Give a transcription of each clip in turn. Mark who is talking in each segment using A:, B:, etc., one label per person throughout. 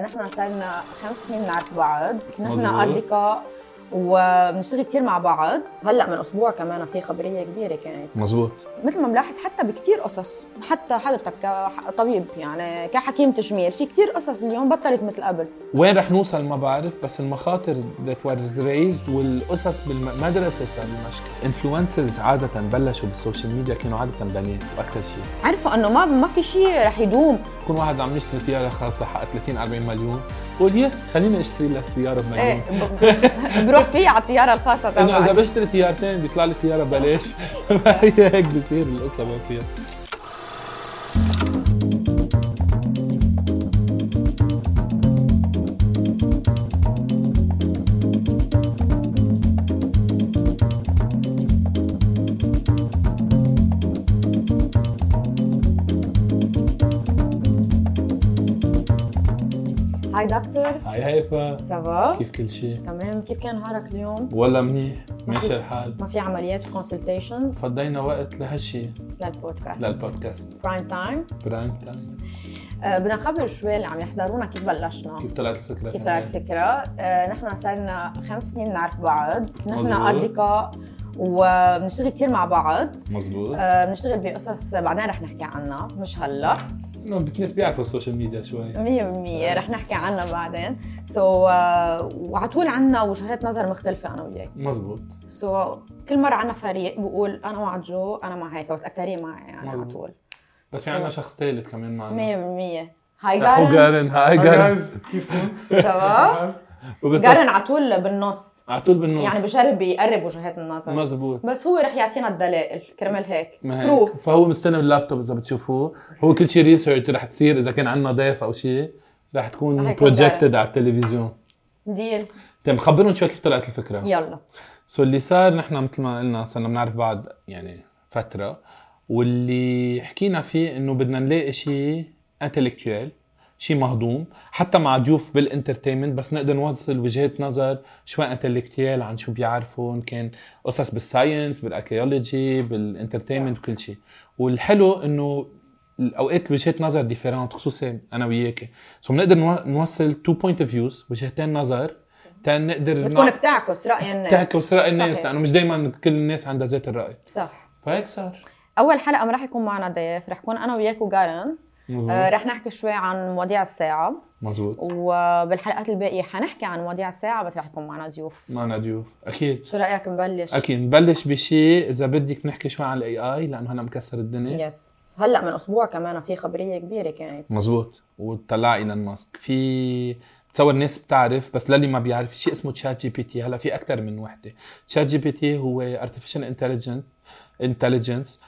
A: نحن صرنا خمس سنين نعرف بعض، نحن
B: مظبوط.
A: اصدقاء وبنشتغل كثير مع بعض، هلا من اسبوع كمان في خبريه كبيره كانت،
B: مظبوط
A: مثل ما ملاحظ حتى بكثير قصص، حتى حضرتك كطبيب يعني كحكيم تجميل، في كثير قصص اليوم بطلت مثل قبل،
B: وين رح نوصل ما بعرف بس المخاطر that was raised والقصص بالمدرسه صار المشكله انفلونسرز عاده بلشوا بالسوشيال ميديا كانوا عاده بنات واكثر شيء
A: عرفوا انه ما ما في شيء رح يدوم،
B: يكون واحد عم يشتري سياره خاصه حق 30 40 مليون بقول يا خليني اشتري لها سياره بمليون
A: ايه ب- بروح فيه على الطياره الخاصه
B: انه اذا
A: تبعي
B: بشتري تيارتين بيطلع لي سياره ببلاش هي هيك بصير القصه ما فيها
A: هاي دكتور
B: هاي هيفا
A: سافا
B: كيف كل شيء
A: تمام كيف كان نهارك اليوم؟
B: ولا منيح ماشي الحال
A: ما في عمليات وكونسلتيشنز
B: فضينا وقت لهالشي
A: للبودكاست
B: للبودكاست
A: برايم تايم
B: برايم تايم
A: آه، بدنا نخبر شوي اللي عم يحضرونا كيف بلشنا
B: كيف طلعت الفكره
A: كيف طلعت الفكرة؟ آه، نحن صرنا خمس سنين نعرف بعض، نحن
B: مظبوط.
A: أصدقاء وبنشتغل كثير مع بعض،
B: مظبوط
A: آه، بنشتغل بقصص بعدين رح نحكي عنها مش هلا
B: انه الناس بيعرفوا السوشيال ميديا شوي
A: 100% رح نحكي عنها بعدين، سو وعلى طول عندنا وجهات نظر مختلفة أنا وياك،
B: مظبوط
A: سو كل مرة عندنا فريق بقول أنا مع جو أنا مع هيك بس الأكترية معي يعني على
B: مظبوط.
A: طول
B: بس في عندنا شخص ثالث كمان
A: 100%
B: معنا
A: هاي
B: هو
A: جارن
B: جارن هاي
C: هاي
B: جارن
C: جايز كيفكم؟
A: تمام
B: وبس
A: جارن على طول بالنص
B: على طول بالنص
A: يعني بجرب يقرب وجهات النظر
B: مظبوط
A: بس هو رح يعطينا الدلائل كرمال هيك
B: ما هيك.
A: بروف
B: فهو مستلم اللابتوب اذا بتشوفوه هو كل شيء ريسيرش رح تصير اذا كان عندنا ضيف او شيء رح
A: رح
B: تكون
A: يكون
B: بروجكتد على التلفزيون
A: ديل
B: طيب خبرهم شوي كيف طلعت الفكره
A: يلا
B: سو اللي صار نحن مثل ما قلنا صرنا بنعرف بعض يعني فترة واللي حكينا فيه انه بدنا نلاقي شيء انتلكتويل شيء مهضوم حتى مع ضيوف بالانترتينمنت بس نقدر نوصل وجهات نظر شوي انتلكتويل عن شو بيعرفوا إن كان قصص بالساينس بالاركيولوجي بالانترتينمنت وكل شيء والحلو انه اوقات وجهات نظر ديفيرنت خصوصي انا وياك سو بنقدر نو- نوصل تو بوينت اوف فيوز وجهتين نظر تان نقدر
A: بتكون
B: نع-
A: بتعكس راي الناس
B: تعكس راي الناس
A: صحيح.
B: لانه مش دائما كل الناس عندها ذات الراي
A: صح
B: فهيك صار
A: اول حلقه ما رح يكون معنا ضيف رح كون انا وياك وجارن آه رح نحكي شوي عن مواضيع الساعه
B: مزبوط
A: وبالحلقات الباقيه حنحكي عن مواضيع الساعه بس رح يكون معنا ضيوف
B: معنا ضيوف اكيد
A: شو رايك نبلش
B: اكيد نبلش بشيء اذا بدك نحكي شوي عن الاي اي لانه هلا مكسر الدنيا
A: يس هلا من اسبوع كمان في خبريه كبيره كانت
B: مزبوط وطلع ايلون ماسك في بتصور ناس بتعرف بس للي ما بيعرف شيء اسمه تشات جي بي تي هلا في اكثر من وحده تشات جي بي تي هو ارتفيشال انتليجنت انتليجنس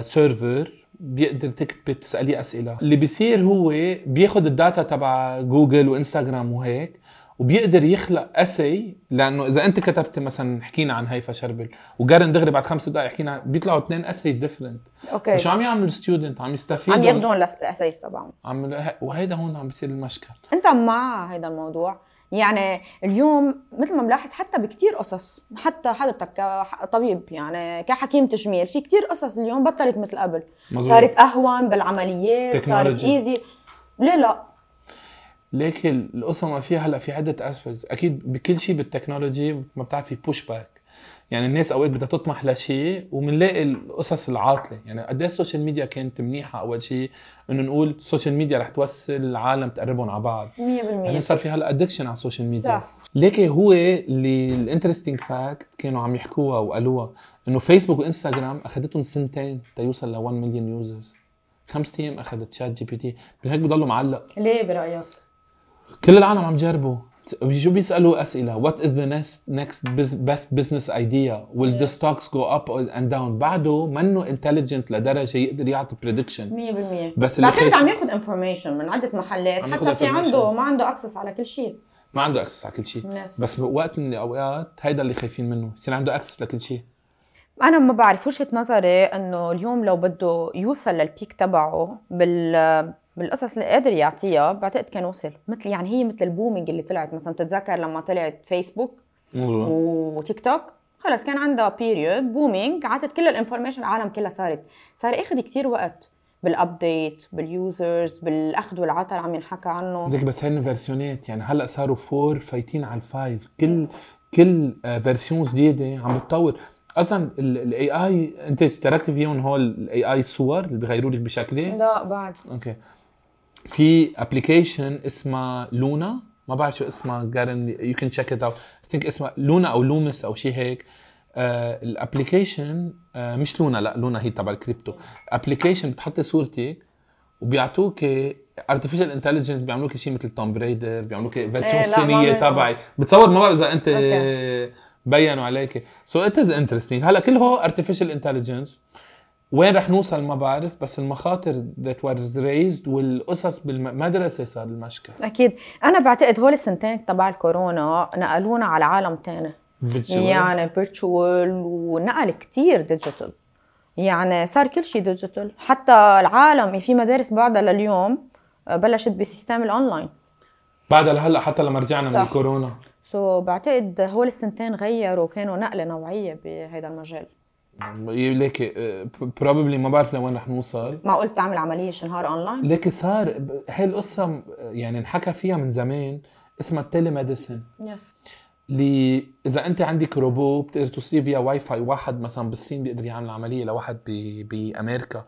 B: سيرفر آه، بيقدر تكتبي بتساليه اسئله اللي بيصير هو بياخد الداتا تبع جوجل وانستغرام وهيك وبيقدر يخلق اسي لانه اذا انت كتبت مثلا حكينا عن هيفا شربل وجارن دغري بعد خمس دقائق حكينا بيطلعوا اثنين اسي ديفرنت
A: اوكي
B: شو عم يعمل الستودنت عم يستفيد
A: طيب. عم ياخذون الاساس تبعهم
B: عم وهيدا هون عم بيصير المشكل
A: انت مع هيدا الموضوع يعني اليوم مثل ما ملاحظ حتى بكتير قصص حتى حضرتك كطبيب يعني كحكيم تجميل في كتير قصص اليوم بطلت مثل قبل
B: مظبوط
A: صارت اهون بالعمليات صارت
B: تكنولوجي.
A: ايزي ليه لا
B: لكن القصه ما فيها هلا في عده اسبكتس اكيد بكل شيء بالتكنولوجي ما بتعرف في بوش باك يعني الناس اوقات بدها تطمح لشيء وبنلاقي القصص العاطله يعني قد ايه السوشيال ميديا كانت منيحه اول شيء انه نقول السوشيال ميديا رح توصل العالم تقربهم على بعض يعني
A: 100%
B: صار في هلا ادكشن على السوشيال ميديا
A: صح
B: ليكي هو اللي الانترستنج فاكت كانوا عم يحكوها وقالوها انه فيسبوك وانستغرام اخذتهم سنتين تيوصل ل 1 مليون يوزرز خمس ايام اخذت شات جي بي تي من هيك بضلوا معلق
A: ليه برايك كل
B: كل العالم عم جربوا بيجوا بيسالوا اسئله وات از ذا نكست بيست بزنس ايديا ويل ذا ستوكس جو اب اند داون بعده منه انتليجنت لدرجه يقدر يعطي بريدكشن
A: 100%
B: بس اللي
A: بعتقد
B: خايف-
A: عم ياخذ انفورميشن من عده محلات
B: عم
A: حتى
B: ياخد
A: في عنده
B: information.
A: ما عنده اكسس على كل شيء
B: ما عنده اكسس على كل شيء
A: الناس
B: بس بوقت من الاوقات هيدا اللي خايفين منه يصير عنده اكسس لكل شيء
A: انا ما بعرف وجهه نظري انه اليوم لو بده يوصل للبيك تبعه بال بالقصص اللي قادر يعطيها بعتقد كان وصل مثل يعني هي مثل البومينج اللي طلعت مثلا بتتذكر لما طلعت فيسبوك
B: مظبوط
A: وتيك توك خلص كان عندها بيريود بومينج عطت كل الانفورميشن العالم كلها صارت صار ياخذ كتير وقت بالابديت باليوزرز بالاخذ والعطاء اللي عم ينحكى عنه
B: بدك بس هن فيرسيونات يعني هلا صاروا فور فايتين على الفايف كل كل آه، فيرسيون جديده عم بتطور اصلا الاي اي انت اشتركت فيهم هول الاي اي الصور اللي بغيروا لك بشكلها
A: لا بعد
B: اوكي في ابلكيشن اسمها لونا ما بعرف شو اسمها جارن يو كان تشيك ات اوت ثينك اسمها لونا او لومس او شيء هيك آه الابلكيشن آه مش لونا لا لونا هي تبع الكريبتو ابلكيشن بتحطي صورتك وبيعطوك ارتفيشال انتليجنس بيعملوك شيء مثل توم بريدر بيعملوك فيرسيون
A: إيه، لا، ما
B: صينيه
A: بعرف.
B: تبعي بتصور ما بعرف اذا انت
A: أوكي.
B: بينوا عليك سو ات از انترستينج هلا كل هو ارتفيشال انتليجنس وين رح نوصل ما بعرف بس المخاطر ذات was raised والقصص بالمدرسه صار المشكل
A: اكيد انا بعتقد هول السنتين تبع الكورونا نقلونا على عالم تاني يعني فيرتشوال ونقل كتير ديجيتال يعني صار كل شيء ديجيتال حتى العالم في مدارس بعدها لليوم آه، بلشت بسيستم الاونلاين
B: بعد لهلا حتى لما رجعنا من
A: صح.
B: الكورونا
A: سو بعتقد هول السنتين غيروا كانوا نقله نوعيه بهذا المجال
B: ليك بروبلي ما بعرف لوين رح نوصل
A: معقول تعمل عمليه شنهار اونلاين
B: ليك صار ب- هي القصه م- يعني انحكى فيها من زمان اسمها التليميديسن
A: يس
B: اللي اذا انت عندك روبو بتقدر توصلي فيها واي فاي واحد مثلا بالصين بيقدر يعمل عمليه لواحد ب- بامريكا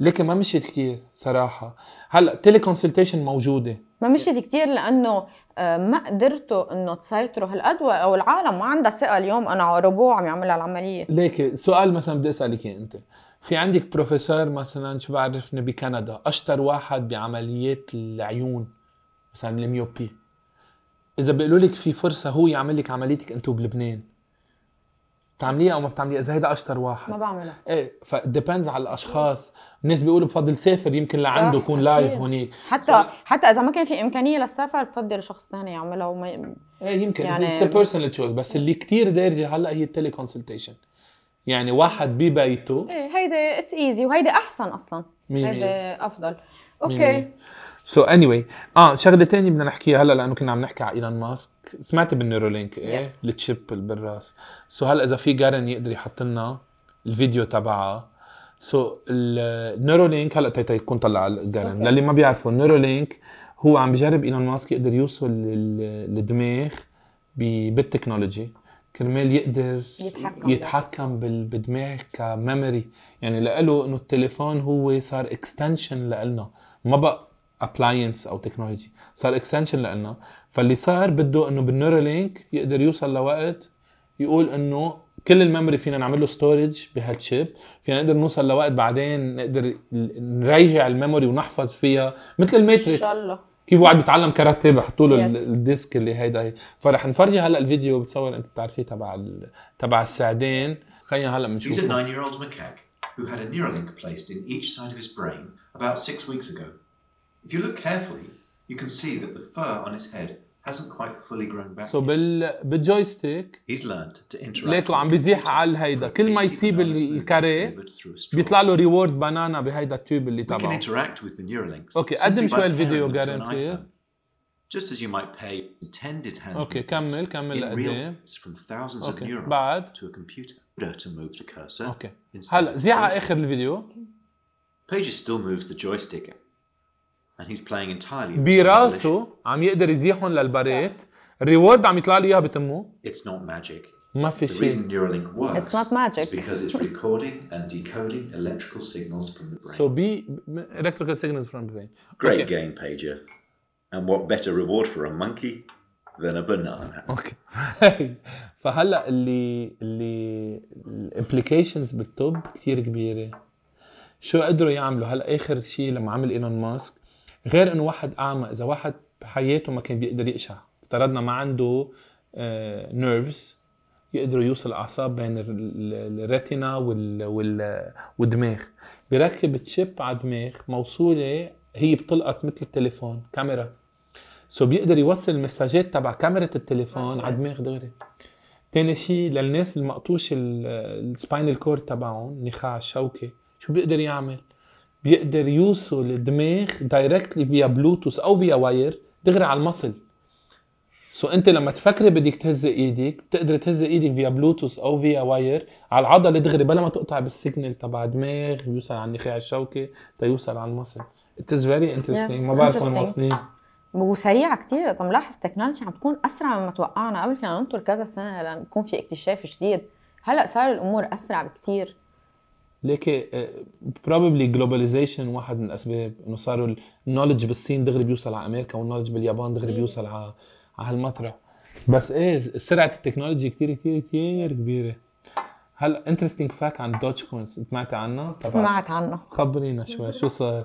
B: لكن ما مشيت كثير صراحه هلا تيلي كونسلتيشن موجوده
A: ما مشيت كتير لانه آه، ما قدرتوا انه تسيطروا هالقد او العالم ما عندها ثقه اليوم انا روبو عم يعملها العمليه
B: ليك سؤال مثلا بدي اسالك إياه انت في عندك بروفيسور مثلا شو بعرفني بكندا اشطر واحد بعمليات العيون مثلا الميوبي اذا بيقولوا لك في فرصه هو يعمل لك عمليتك انتو بلبنان بتعمليها او ما بتعمليها اذا هيدا اشطر
A: ما
B: واحد
A: بعملها
B: ايه فديبندز على الاشخاص الناس بيقولوا بفضل سافر يمكن لعنده
A: صح،
B: يكون
A: أكيد.
B: لايف هونيك
A: حتى حتى اذا ما كان في امكانيه للسفر بفضل شخص ثاني يعملها وما
B: ايه يمكن
A: يعني-
B: يعني اتس بيرسونال تشويس بس اللي كتير دارجه هلا هي التلي كونسلتيشن يعني واحد ببيته
A: ايه هيدا اتس ايزي وهيدا احسن اصلا
B: مية مية.
A: هيدا افضل
B: يعني،
A: اوكي
B: سو اني واي اه شغله ثانيه بدنا نحكيها هلا لانه كنا عم نحكي على ايلون ماسك سمعت بالنيورولينك ايه
A: Yes.
B: التشيب اللي بالراس سو هلا اذا في جارن يقدر يحط لنا الفيديو تبعها سو النيورولينك هلا تيتا يكون طلع الجارن
A: Okay.
B: للي ما بيعرفوا النيورولينك هو عم بجرب ايلون ماسك يقدر يوصل لل- للدماغ ب- بالتكنولوجي كرمال يقدر
A: يتحكم
B: يتحكم بال- بالدماغ كميموري يعني لإله انه التليفون هو صار اكستنشن لإلنا ما بقى ابلاينس او تكنولوجي صار اكستنشن لإلنا فاللي صار بده انه بالنيورالينك يقدر يوصل لوقت يقول انه كل الميموري فينا نعمل له ستورج بهالشيب فينا نقدر نوصل لوقت بعدين نقدر نرجع الميموري ونحفظ فيها مثل
A: ان
B: الماتريكس
A: شاء الله
B: كيف واحد بيتعلم كاراتيه بحطوا له
A: Yes.
B: yes. الديسك اللي هيدا هي فرح نفرجي هلا الفيديو بتصور انت بتعرفيه تبع ال... تبع الساعدين خلينا هلا
C: He's a
B: بنشوفه
C: nine year old macaque who had a Neuralink placed in each side of his brain about six weeks ago. If you look carefully, you can see that the fur on his head hasn't quite fully grown back.
B: سو
C: yet.
B: بال بالجويستيك
C: He's learned to interact.
B: ليكو
C: with
B: عم
C: the
B: بيزيح
C: computer
B: على هيدا
C: for a
B: كل ما
C: tasty
B: يسيب
C: banana
B: ال-
C: smoothie
B: الكاري
C: delivered through a straw.
B: بيطلع له ريورد بنانا بهيدا التوب اللي
C: We can
B: تبعه
C: interact with the Neuralinks.
B: Okay,
C: simply
B: قدم
C: by
B: شوي
C: pairing
B: الفيديو،
C: them to an
B: Garen, please.
C: iPhone. Just as you might pay intended hand
B: Okay,
C: movements
B: كمل- كمل
C: in real
B: لقدام.
C: waves from thousands of
B: Okay,
C: neurons
B: بعد.
C: to a computer order to move the cursor.
B: اوكي
C: instead
B: هلا
C: of
B: زيعة
C: joystick.
B: اخر الفيدeo
C: Pages still moves the joystick, and he's playing entirely. with volition.
B: براسه عم يقدر يزيحهم للبريت الريورد عم يطلع له اياها بتمه
C: It's not magic.
B: ما في
C: The
B: شيء
C: reason Neuralink works
A: It's not magic.
C: is because it's recording and decoding electrical signals from the brain.
B: سو بي الكتريكال سيجنالز فروم برين
C: Great game, Pager. And what better reward for a monkey than a banana?
B: اوكي فهلا اللي اللي الامبليكيشنز بالطب كثير كبيره شو قدروا يعملوا هلا اخر شيء لما عمل ايلون ماسك غير انه واحد اعمى اذا واحد بحياته ما كان بيقدر يقشع افترضنا ما عنده نيرفز يقدروا يوصل اعصاب بين ال- ال- الريتنا وال وال والدماغ بيركب تشيب على الدماغ موصوله هي بتلقط مثل التليفون كاميرا سو بيقدر يوصل المساجات تبع كاميرا التليفون على الدماغ دغري تاني شيء للناس المقطوش السباينال كورد تبعهم نخاع الشوكي شو بيقدر يعمل؟ بيقدر يوصل الدماغ دايركتلي فيا بلوتوث او فيا واير دغري على المصل سو انت لما تفكري بدك تهزي ايدك بتقدري تهزي ايدك فيا بلوتوث او فيا واير على العضله دغري بلا ما تقطع بالسيجنال تبع دماغ يوصل على النخاع الشوكي تيوصل على المصل اتس فيري انترستينج ما بعرف وين
A: interesting.
B: واصلين
A: وسريعة كتير إذا ملاحظ التكنولوجيا عم تكون أسرع مما توقعنا قبل كنا ننطر كذا سنة لنكون في اكتشاف جديد هلا صار الأمور أسرع بكتير
B: ليك بروبلي جلوباليزيشن آه، واحد من الاسباب انه صاروا النولج بالصين دغري بيوصل على امريكا والنولج باليابان دغري بيوصل على على هالمطرح بس ايه سرعه التكنولوجي كتير كتير كتير كبيره هلا انترستينج فاك عن دوتش كوينز سمعتي عنها؟ تبع-
A: سمعت عنه
B: خبرينا شوي شو صار؟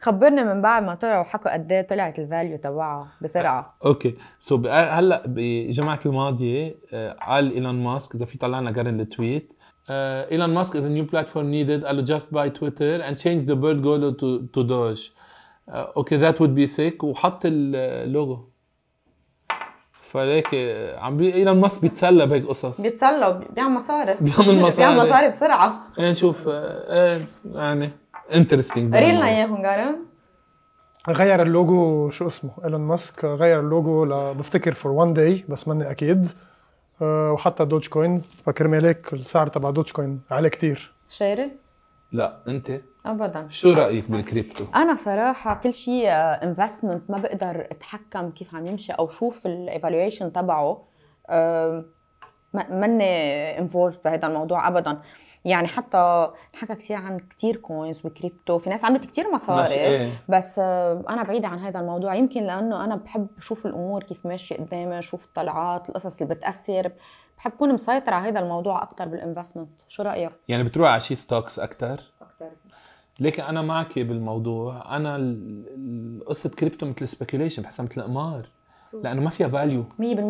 A: خبرني من بعد ما طلعوا حكوا قد ايه طلعت الفاليو تبعها بسرعة
B: اوكي سو so, هلا بجمعه الماضيه آه، قال ايلون ماسك اذا في طلعنا قرن التويت آه، ايلون ماسك از نيو بلاتفورم نيدد قال له just buy Twitter and change the bird logo to to Doge آه، اوكي ذات وود بي سيك وحط اللوجو فليك آه، عم بي... ايلون ماسك بيتسلى بهيك قصص
A: بيتسلوا بيعمل مصاري
B: بيعمل مصاري.
A: بيعمل مصاري بسرعة
B: ايه نشوف آه، آه، يعني انترستنج
A: قري لنا يعني. إياهم قارن
D: غير اللوجو شو اسمه ايلون ماسك غير اللوجو ل بفتكر فور وان داي بس ماني اكيد آه، وحتى دوج كوين فكرمال هيك السعر تبع دوج كوين عالي كتير
A: شاري
B: لا انت
A: أبدا
B: شو رايك بالكريبتو؟
A: انا صراحه كل شيء انفستمنت ما بقدر اتحكم كيف عم يمشي او شوف الايفالويشن تبعه آم، ما- ماني انفولد بهذا الموضوع ابدا يعني حتى حكى كثير عن كثير كوينز وكريبتو في ناس عملت كثير
B: ماشي،
A: مصاري
B: إيه.
A: بس آه، انا بعيده عن هذا الموضوع يمكن لانه انا بحب شوف الامور كيف ماشيه قدامي شوف الطلعات القصص اللي بتاثر بحب كون مسيطره على هذا الموضوع اكثر بالانفستمنت شو رايك
B: يعني بتروح على شي ستوكس اكثر
A: اكثر
B: لكن انا معك بالموضوع انا ال- ال- قصه كريبتو مثل سبيكيوليشن بحسها مثل قمار لانه ما فيها فاليو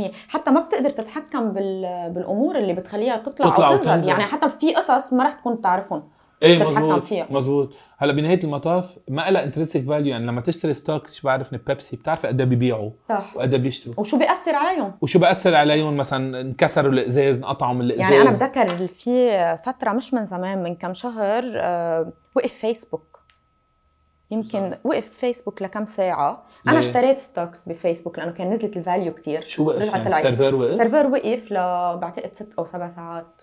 A: 100% حتى ما بتقدر تتحكم بال... بالامور اللي بتخليها تطلع,
B: تطلع
A: او تنزل
B: وتنزل.
A: يعني حتى في قصص ما رح تكون بتعرفهم
B: ايه
A: تتحكم
B: مزبوط
A: فيها.
B: مزبوط هلا بنهايه المطاف ما لها انترنسيك فاليو يعني لما تشتري ستوكس شو بعرفني بيبسي بتعرف قد ايه بيبيعوا
A: صح
B: وقد ايه بيشتروا
A: وشو بيأثر عليهم
B: وشو بأثر عليهم مثلا انكسروا الازاز انقطعوا من الازاز
A: يعني انا بتذكر في فتره مش من زمان من كم شهر آه، وقف فيسبوك يمكن وقف فيسبوك لكم ساعه انا
B: ليه؟
A: اشتريت ستوكس بفيسبوك لانه كان نزلت الفاليو كتير
B: شو وقف
A: رجعت
B: يعني
A: طلعت.
B: السيرفر وقف
A: السيرفر وقف ل بعتقد ست او سبع ساعات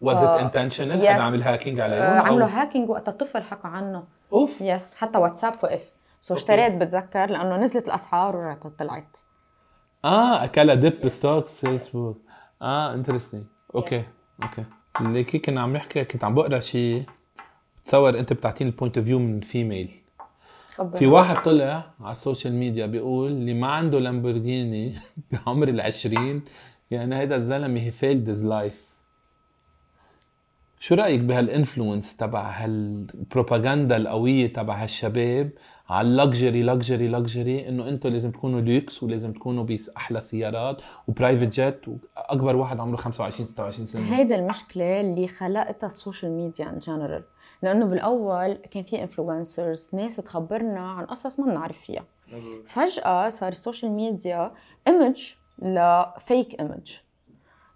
B: واز ات
A: آه،
B: انتشنال
A: yes.
B: حدا عمل هاكينج عليهم
A: آه،
B: أو-
A: عملوا هاكينج وقتها الطفل حكى عنه
B: اوف
A: يس حتى واتساب وقف سو اشتريت بتذكر لانه نزلت الاسعار ورحت طلعت
B: اه اكلها دب ستوكس فيسبوك اه انترستنج اوكي اوكي ليكي كنا عم نحكي كنت عم بقرا شيء بتصور انت بتعطيني البوينت اوف فيو من فيميل
A: خبر
B: في واحد طلع على السوشيال ميديا بيقول اللي ما عنده لامبورجيني بعمر العشرين يعني هيدا الزلمه هي فيلد از لايف شو رايك بهالانفلونس تبع هالبروباغندا القويه تبع هالشباب على اللكجري لكجري لكجري انه انتم لازم تكونوا لوكس ولازم تكونوا باحلى سيارات وبرايفت جيت واكبر واحد عمره 25 26 سنه
A: هيدا المشكلة اللي خلقتها السوشيال ميديا ان جنرال لأنه بالأول كان في انفلونسرز ناس تخبرنا عن قصص ما بنعرف فيها فجأة صار السوشيال ميديا ايمج لفيك ايمج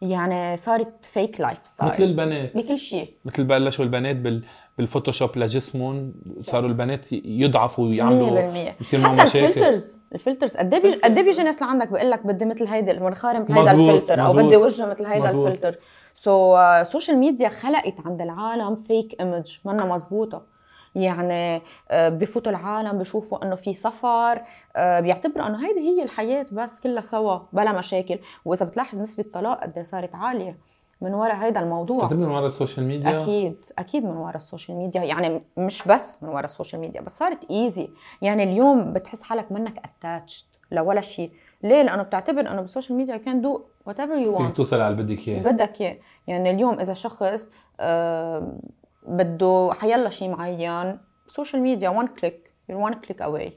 A: يعني صارت فيك لايف
B: مثل
A: ستايل
B: البنات
A: بكل شيء
B: مثل بلشوا البنات بال... بالفوتوشوب لجسمهم صاروا البنات يضعفوا ويعملوا
A: 100% حتى
B: بصير معهم مشاكل
A: الفلترز الفلترز قد ايه بيج- قد ايه بيجي ناس لعندك بقول لك بدي مثل هيدا المنخار مثل هيدا
B: مظبوط،
A: الفلتر او
B: مظبوط.
A: بدي وجه مثل هيدا
B: مظبوط.
A: الفلتر سو السوشيال ميديا خلقت عند العالم فيك ايمج منا مزبوطه يعني آه، بفوتوا العالم بشوفوا انه في سفر آه، بيعتبروا انه هيدي هي الحياه بس كلها سوا بلا مشاكل واذا بتلاحظ نسبه الطلاق قد إيه صارت عاليه من وراء هيدا الموضوع
B: تقريبا من ورا السوشيال ميديا
A: اكيد اكيد من وراء السوشيال ميديا يعني مش بس من وراء السوشيال ميديا بس صارت ايزي يعني اليوم بتحس حالك منك اتاتشد لولا شيء ليه لانه بتعتبر انه بالسوشيال ميديا كان دو وات ايفر يو
B: فيك
A: وانت
B: توصل على اللي بدك اياه
A: بدك اياه يعني اليوم اذا شخص آه، بده حيلا شيء معين سوشيال ميديا وان كليك يور وان كليك اواي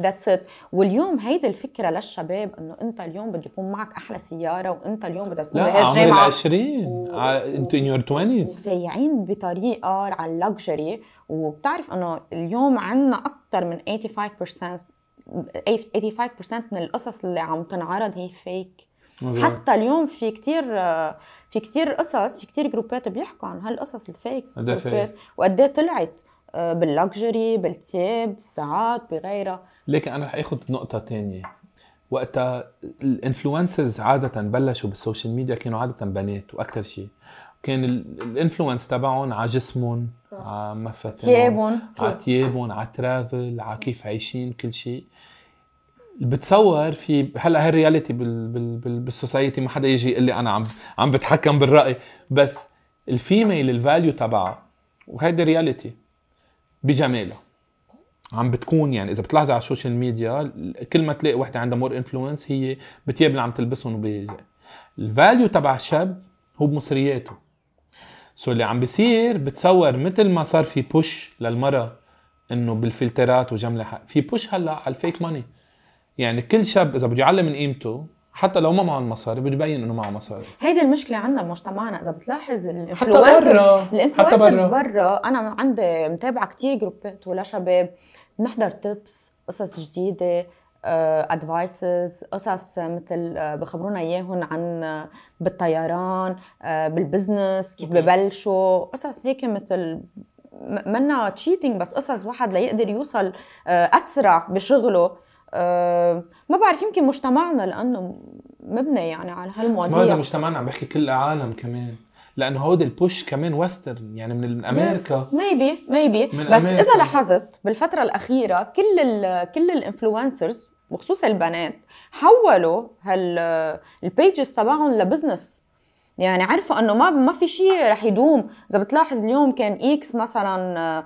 A: ذاتس ات واليوم هيدي الفكره للشباب انه انت اليوم بده يكون معك احلى سياره وانت اليوم بدك تكون
B: لا عمر ال
A: بهالجامعه
B: 20
A: و-
B: انت ان يور 20
A: فايعين بطريقه على اللكجري وبتعرف انه اليوم عندنا اكثر من 85% 85% من القصص اللي عم تنعرض هي فيك حتى اليوم في كتير في كتير قصص في كتير جروبات بيحكوا عن هالقصص الفيك
B: قد إيه فيك؟
A: جروبات وقد إيه طلعت آه، باللكجري بالتياب بالساعات بغيرها
B: لكن انا رح اخذ نقطه تانية وقتها الانفلونسرز عاده بلشوا بالسوشيال ميديا كانوا عاده بنات واكثر شيء كان الانفلونس تبعهم على جسمهم
A: صح.
B: على مفاتنهم
A: ثيابهم
B: على تيابهم على ترافل على كيف عايشين كل شيء بتصور في هلا هالرياليتي بال بال بال بالسوسايتي ما حدا يجي يقول لي انا عم عم بتحكم بالراي بس الفيميل الفاليو تبعها وهيدي رياليتي بجمالها عم بتكون يعني اذا بتلاحظي على السوشيال ميديا كل ما تلاقي وحده عندها مور انفلونس هي بتياب اللي عم تلبسهم وب الفاليو تبع الشاب هو بمصرياته سو اللي عم بيصير بتصور مثل ما صار في بوش للمراه انه بالفلترات وجمله ح- في بوش هلا على الفيك ماني يعني كل شاب اذا بده يعلم من قيمته حتى لو ما معه المصاري بده يبين انه معه مصاري
A: هيدي المشكله عندنا بمجتمعنا اذا بتلاحظ
B: حتى
A: الانفلونسرز
B: برا حتى
A: الانفلونسرز
B: برا
A: برا انا عندي متابعه كتير جروبات ولا شباب بنحضر تيبس قصص جديده ادفايسز قصص مثل آه، بخبرونا اياهم عن آه، بالطيران آه، بالبزنس كيف
B: أوكي.
A: ببلشوا قصص هيك مثل م- منا تشيتنج بس قصص واحد ليقدر يوصل آه، اسرع بشغله آه، ما بعرف يمكن مجتمعنا لانه مبني يعني على
B: ما هذا
A: هالمواضيع
B: مجتمعنا عم بحكي كل العالم كمان لانه هودي البوش كمان ويسترن يعني من من امريكا
A: ميبي ميبي
B: من
A: بس
B: أمريكا.
A: اذا لاحظت بالفتره الاخيره كل ال كل الانفلونسرز وخصوصا البنات حولوا هال البيجز تبعهم لبزنس يعني عرفوا انه ما ما في شيء رح يدوم اذا بتلاحظ اليوم كان آه، اكس مثلا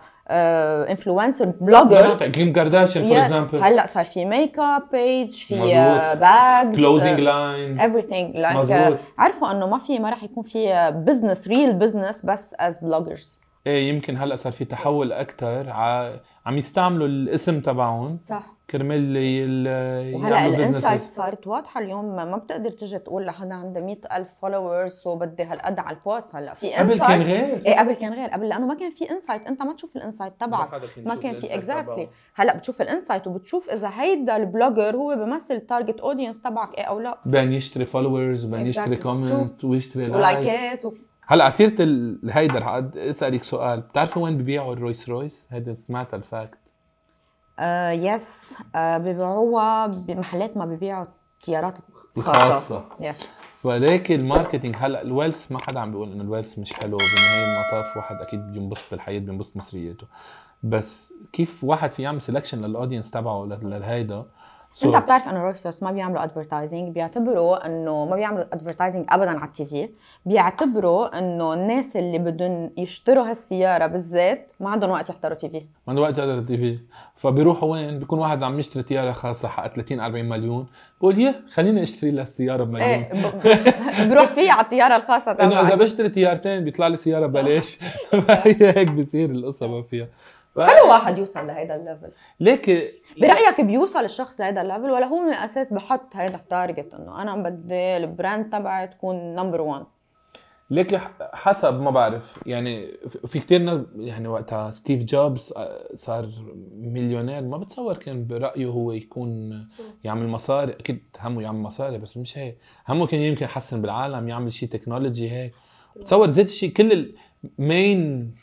A: انفلونسر بلوجر
B: مناطق كيم كارداشيان فور اكزامبل
A: هلا صار في ميك اب بيج في
B: مظبوط.
A: باجز
B: كلوزنج
A: آه،
B: لاين
A: everything like آه،
B: مظبوط
A: عرفوا انه ما في ما رح يكون في آه، بزنس ريل بزنس بس از بلوجرز
B: ايه يمكن هلا صار في تحول اكثر ع... عم يستعملوا الاسم تبعهم
A: صح
B: كرمال ي- ال-
A: وهلا
B: يعملوا
A: الانسايت
B: businesses.
A: صارت واضحه اليوم ما ما بتقدر تيجي تقول لحدا عنده 100000 فولورز وبدي هالقد على البوست هلا في
B: قبل
A: insight.
B: كان غير
A: ايه قبل كان غير قبل لانه ما كان في انسايت انت ما تشوف الانسايت تبعك ما كان في اكزاكتلي هلا بتشوف الانسايت وبتشوف اذا هيدا البلوجر هو بمثل التارجت اودينس تبعك ايه او لا
B: بان يشتري فولورز بان يشتري
A: Exactly. True.
B: كومنت ويشتري لايكس
A: ولايكات و...
B: هلا على سيره ال- هيدا رح أد- اسالك سؤال بتعرفوا وين ببيعوا الرويس رويس؟ هيدا سمعت الفاكت
A: آه يس آه ببيعوها بمحلات ما ببيعوا التيارات الخاصه
B: الخاصه
A: يس
B: فليك الماركتينج هلا الويلث ما حدا عم بيقول انه الويلث مش حلو بنهايه المطاف واحد اكيد بده ينبسط بالحياه بده ينبسط مصرياته بس كيف واحد في يعمل سelection للاودينس تبعه لل- لهيدا So-
A: انت بتعرف انه روكسوس ما بيعملوا ادفرتايزنج بيعتبروا انه ما بيعملوا ادفرتايزنج ابدا على التي في بيعتبروا انه الناس اللي بدهم يشتروا هالسياره بالذات ما عندهم وقت يحضروا تي في
B: ما عنده وقت يقدر التي في فبيروحوا وين بيكون واحد عم يشتري طياره خاصه حق 30 40 مليون بقول يا خليني اشتري لها السياره بمليون
A: ايه ب- بروح فيه على الطياره الخاصه
B: انه اذا
A: تبعي
B: بشتري طيارتين بيطلع لي سياره ببلاش هي هيك بصير القصه ما فيها ف-
A: حلو واحد يوصل لهيدا الليفل
B: ليك
A: برايك بيوصل الشخص لهيدا الليفل ولا هو من الاساس بحط هيدا التارجت انه انا بدي البراند تبعي تكون نمبر 1
B: ليك ح- حسب ما بعرف يعني ف- في كتير ناس يعني وقتها ستيف جوبز آه، صار مليونير ما بتصور كان برايه هو يكون يعمل مصاري اكيد همه يعمل مصاري بس مش هيك همه كان يمكن يحسن بالعالم يعمل شيء تكنولوجي هيك بتصور زيت الشيء كل المين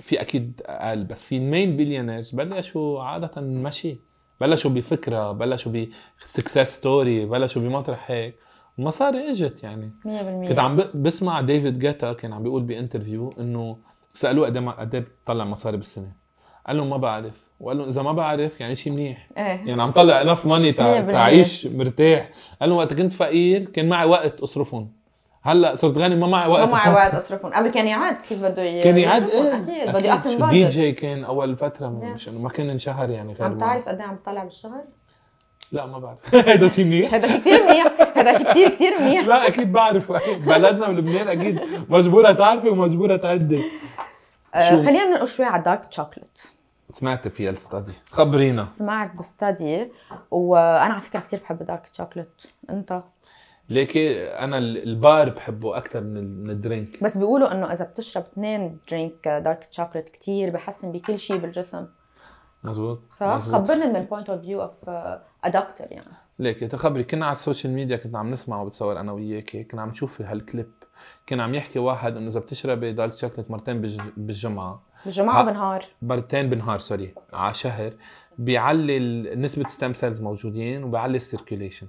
B: في اكيد اقل بس في المين بليونيرز بلشوا عاده مشي بلشوا بفكره بلشوا بسكسس ستوري بلشوا بمطرح هيك المصاري اجت يعني
A: 100%
B: كنت عم ب- بسمع ديفيد جاتا كان عم بيقول بانترفيو انه سالوه قد ما- قد ايه بتطلع مصاري بالسنه قال لهم ما بعرف وقال لهم اذا ما بعرف يعني شيء منيح
A: ايه
B: يعني عم طلع انف ماني
A: مية بالمية.
B: تعيش مرتاح قال لهم وقت كنت فقير كان معي وقت اصرفهم هلا صرت غني ما معي
A: ما
B: وقت
A: معي وقت اصرفهم قبل كان يعاد كيف بده ي-
B: كان يعد
A: يصرفهم.
B: إيه،
A: اكيد
B: أكيد.
A: بده يقسم
B: شو دي
A: بادجت
B: جي كان اول فتره مش
A: Yes.
B: انه ما كان انشهر يعني غير
A: عم
B: ما-
A: تعرف قد ايه عم تطلع بالشهر؟
B: لا ما بعرف هيدا شيء منيح
A: هذا شيء كثير منيح، هذا شيء كثير كثير منيح
B: لا اكيد بعرف بلدنا بلبنان اكيد مجبوره تعرفي ومجبوره تعدي
A: آه،
B: شو؟
A: خلينا ننقل شوي على دارك تشوكلت
B: سمعت فيها الستادي خبرينا
A: سمعت بستدي وانا على فكره كثير بحب دارك تشوكلت انت
B: ليك انا ال- البار بحبه اكثر من ال- من الدرينك
A: بس بيقولوا انه اذا بتشرب اثنين درينك دارك تشوكلت كثير بحسن بكل شيء بالجسم
B: مزبوط
A: صح خبرني من البوينت اوف فيو اوف دكتور يعني
B: ليك تخبري كنا على السوشيال ميديا كنا عم نسمع وبتصور انا وياك كنا عم نشوف هالكليب كان عم يحكي واحد انه اذا بتشربي دارك شوكليت مرتين بالج- بالجمعه
A: بالجماعه
B: ه-
A: بنهار
B: مرتين بالنهار سوري على شهر بيعلي ال- نسبه ستيم سيلز موجودين وبيعلي السيركيليشن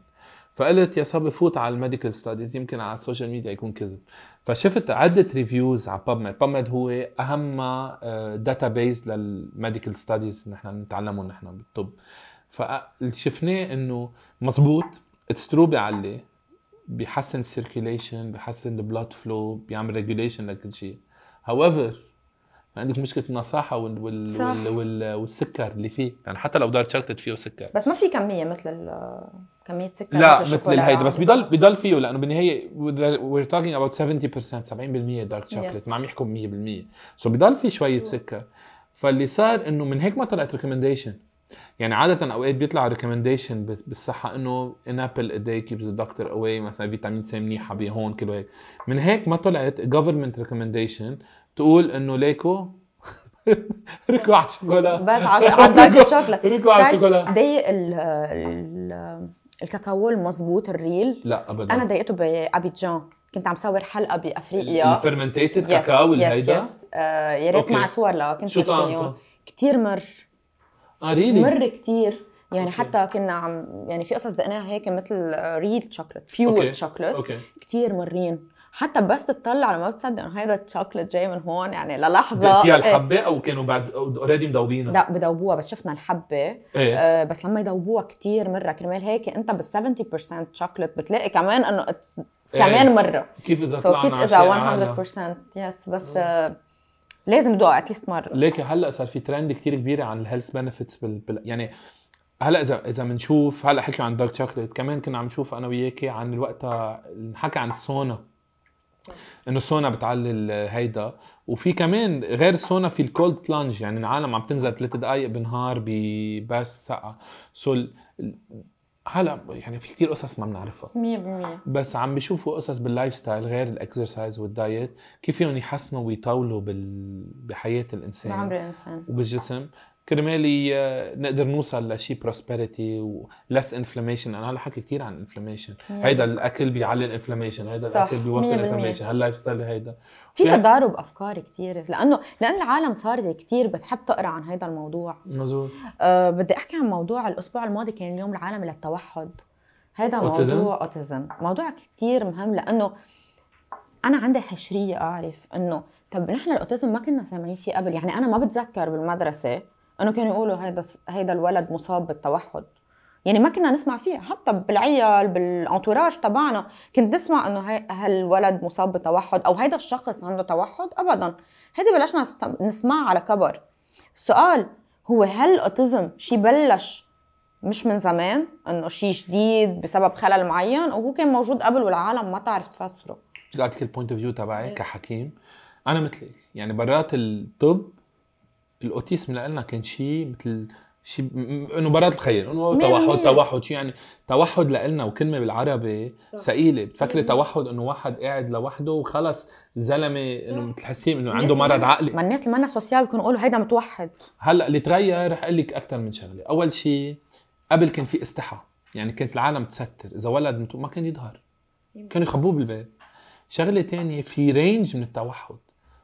B: فقلت يا صبي فوت على الميديكال ستاديز يمكن على السوشيال ميديا يكون كذب فشفت عده ريفيوز على باب ميد باب ميد هو آه، اهم داتا بيز للميديكال ستاديز نحن بنتعلمه نحن بالطب فشفناه انه مزبوط اتس ترو بيعلي بيحسن السيركيليشن بيحسن البلاد فلو بيعمل ريجوليشن لكل شيء هاويفر عندك مشكله النصاحه وال وال
A: صح.
B: وال وال والسكر اللي فيه يعني حتى لو دارك شوكليت فيه سكر
A: بس ما في كميه مثل ال- كميه سكر
B: لا مثل
A: الشوكولا
B: الهيدا بس
A: العادي.
B: بضل بضل فيه لانه بالنهايه وير توكينج اباوت 70% 70% دارك
A: Yes.
B: شوكليت ما عم يحكوا 100% سو بضل في شويه سكر فاللي صار انه من هيك ما طلعت ريكومنديشن يعني عادة اوقات بيطلع ريكومنديشن بالصحة انه ان ابل a day keeps the doctor away مثلا فيتامين سي منيحة بهون كله هيك من هيك ما طلعت government recommendation تقول انه ليكو ركوا على الشوكولا
A: بس على على الدارك الشوكولا
B: ركوا على الشوكولا
A: ضيق إيه ال- ال- الكاكاو المظبوط الريل
B: لا ابدا
A: انا ضايقته بابيجان كنت عم صور حلقه بافريقيا
B: الفرمنتيتد كاكاو
A: يس
B: الهيدا
A: يس آه، يا ريت
B: أوكي.
A: مع صور لا كنت
B: شو
A: مشغول
B: طعمته؟
A: اليوم. كتير مر
B: اه ريلي
A: مر كتير يعني
B: أوكي.
A: حتى كنا عم يعني في قصص دقناها هيك مثل ريل تشوكلت بيور تشوكلت
B: اوكي
A: كتير مرين حتى بس تطلع ما بتصدق انه هيدا التشوكلت جاي من هون يعني للحظه
B: دقتيها
A: إيه.
B: الحبه او كانوا بعد اوريدي مدوبينها
A: لا بدوبوها بس شفنا الحبه
B: ايه
A: آه، بس لما يدوبوها كتير مره كرمال هيك انت بال 70% تشوكلت بتلاقي كمان انه it's- كمان مره
B: كيف اذا
A: سو
B: إيه. طلعنا
A: كيف
B: على شيء عنا؟
A: اذا 100% يس بس آه، لازم دوقها اتليست مره
B: ليك هلا صار في ترند كتير كبيره عن الهيلث بنفيتس بال... بال... يعني هلا اذا اذا بنشوف هلا حكي عن دارك شوكليت كمان كنا عم نشوف انا وياكي عن الوقت نحكى عن السونا انه السونا بتعلي ال- هيدا وفي كمان غير السونا في الكولد بلانج يعني العالم عم تنزل ثلاث دقائق بالنهار ببس سقعه سو ال- ال- هلا يعني في كتير قصص ما بنعرفها
A: 100%
B: بس عم بيشوفوا قصص باللايف ستايل غير الاكسرسايز والدايت كيف فيهم يحسنوا ويطولوا بال... بحياه الانسان
A: بعمر الانسان
B: وبالجسم كرمال ي- نقدر نوصل لشي بروسبريتي ولس انفلاميشن انا هلا حكي كثير عن الانفلاميشن هيدا الاكل بيعلي الانفلاميشن هيدا
A: صح،
B: الاكل بيوطي
A: 100%
B: الانفلاميشن هاللايف ستايل هيدا
A: في
B: في-
A: تضارب افكار كتير لانه لان العالم صارت كتير بتحب تقرا عن هيدا الموضوع
B: مزبوط
A: أه بدي احكي عن موضوع الاسبوع الماضي كان اليوم العالمي للتوحد هذا
B: أوتيزم؟
A: موضوع اوتيزم موضوع كتير مهم لانه انا عندي حشريه اعرف انه طب نحن الاوتيزم ما كنا سامعين فيه قبل يعني انا ما بتذكر بالمدرسه انه كانوا يقولوا هيدا هيدا الولد مصاب بالتوحد يعني ما كنا نسمع فيه حتى بالعيال بالانتوراج تبعنا كنت نسمع انه هي- هالولد مصاب بتوحد او هيدا الشخص عنده توحد ابدا هيدي بلشنا نست- نسمعها على كبر السؤال هو هل الاوتيزم شي بلش مش من زمان انه شي جديد بسبب خلل معين او هو كان موجود قبل والعالم ما تعرف تفسره
B: بدي اعطيك البوينت اوف فيو تبعي
A: Yes.
B: كحكيم انا مثلك يعني برات الطب الاوتيسم لنا كان شيء مثل شيء م- انه برات الخير انه
A: مية
B: توحد
A: بالمية.
B: توحد شو يعني توحد لنا وكلمه بالعربي
A: صح.
B: ثقيله بتفكري
A: مية بالمية.
B: توحد انه واحد قاعد لوحده وخلص زلمه انه بتحسيه انه عنده
A: الناس
B: مرض
A: اللي-
B: عقلي
A: ما الناس اللي منا سوسيال بيكونوا يقولوا هيدا متوحد
B: هلا اللي تغير رح اقول لك اكثر من شغله، اول شيء قبل كان في استحى، يعني كانت العالم تستر، اذا ولد متو- ما كان يظهر. كانوا يخبوه بالبيت. شغله تانية في رينج من التوحد.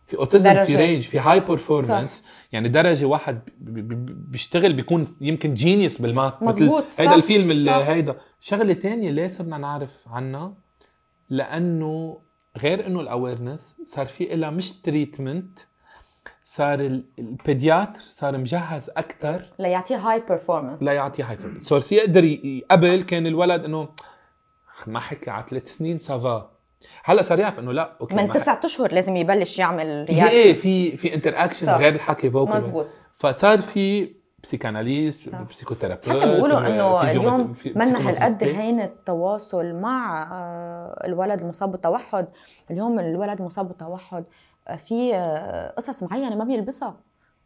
B: في اوتيزم في
A: درجات.
B: رينج في هاي بيرفورمانس يعني درجه واحد بي- بي- بي- بيشتغل بيكون يمكن جينيوس بالمات
A: مزبوط،
B: مثل هيدا
A: صح،
B: الفيلم ال-
A: صح.
B: هيدا شغله تانية ليه صرنا نعرف عنها لانه غير انه الاويرنس صار في إلها مش تريتمنت صار ال- البيدياتر صار مجهز اكثر
A: ليعطيه هاي بيرفورمانس
B: لا يعطيه هاي فرق سورس يقدر ي- قبل كان الولد انه ما حكى على ثلاث سنين سافا هلا صار يعرف انه لا اوكي
A: من
B: ما
A: تسعة اشهر لازم يبلش يعمل
B: حكى. ايه
A: رياكشن
B: في في انتر اكشنز
A: صح.
B: غير الحكي فوكال
A: مزبوط
B: فصار في بسيكاناليز
A: صح.
B: بسيكوثيرابيست
A: حتى بيقولوا انه
B: فيزيومت-
A: اليوم
B: آه، في-
A: منا هالقد
B: بسيكوماتيست.
A: هين التواصل مع آه، الولد المصاب بالتوحد اليوم الولد المصاب بالتوحد آه، في آه، قصص معينه ما بيلبسها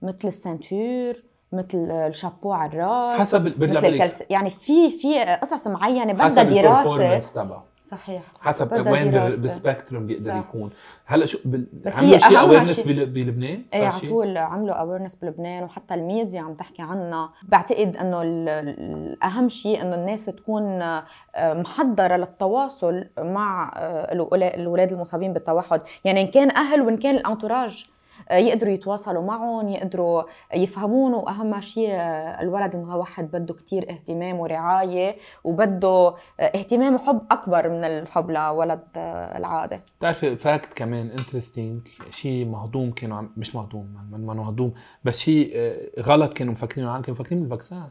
A: مثل السنتور مثل الشابو على الراس
B: حسب ال- برجع
A: مثل
B: بقول لك،
A: الكلس يعني في في قصص معينه
B: حسب
A: بدها دراسه
B: الperformance تبعه
A: صحيح
B: حسب
A: بدها
B: وين
A: دراسة.
B: بالسبكتروم بيقدر
A: صح.
B: يكون هلا شو بال...
A: بس
B: عملوا
A: هي
B: شيء
A: أهم
B: awareness
A: شيء-
B: بل- بلبنان
A: ايه
B: صار
A: على
B: شيء؟
A: طول عملوا اويرنس بلبنان وحتى الميديا عم تحكي عنها بعتقد انه ال- ال- الاهم شيء انه الناس تكون آه، محضره للتواصل مع آه، الولا- الاولاد المصابين بالتوحد يعني ان كان اهل وان كان الانتوراج آه، يقدروا يتواصلوا معهم يقدروا يفهمون واهم شيء آه، الولد الموحد بده كتير اهتمام ورعايه وبده آه، اهتمام وحب اكبر من الحب لولد آه، العادي
B: بتعرفي فاكت كمان انترستينج شيء مهضوم كانوا عم مش مهضوم من ما مهضوم بس شيء آه، غلط كانوا مفكرين عنه كانوا مفكرين بالفاكسان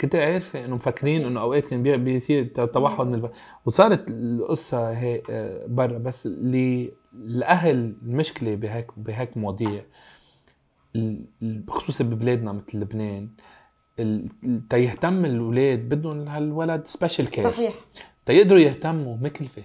B: كنت عارفه انه مفكرين انه اوقات كان بي- بيصير ت- توحد من الف... وصارت القصه هي آه، برا بس اللي الاهل المشكله بهيك بهيك مواضيع ال- ال- خصوصا ببلادنا مثل لبنان ال- ال- تيهتم الاولاد بدهم هالولد سبيشال كير
A: صحيح
B: تيقدروا يهتموا مكلفه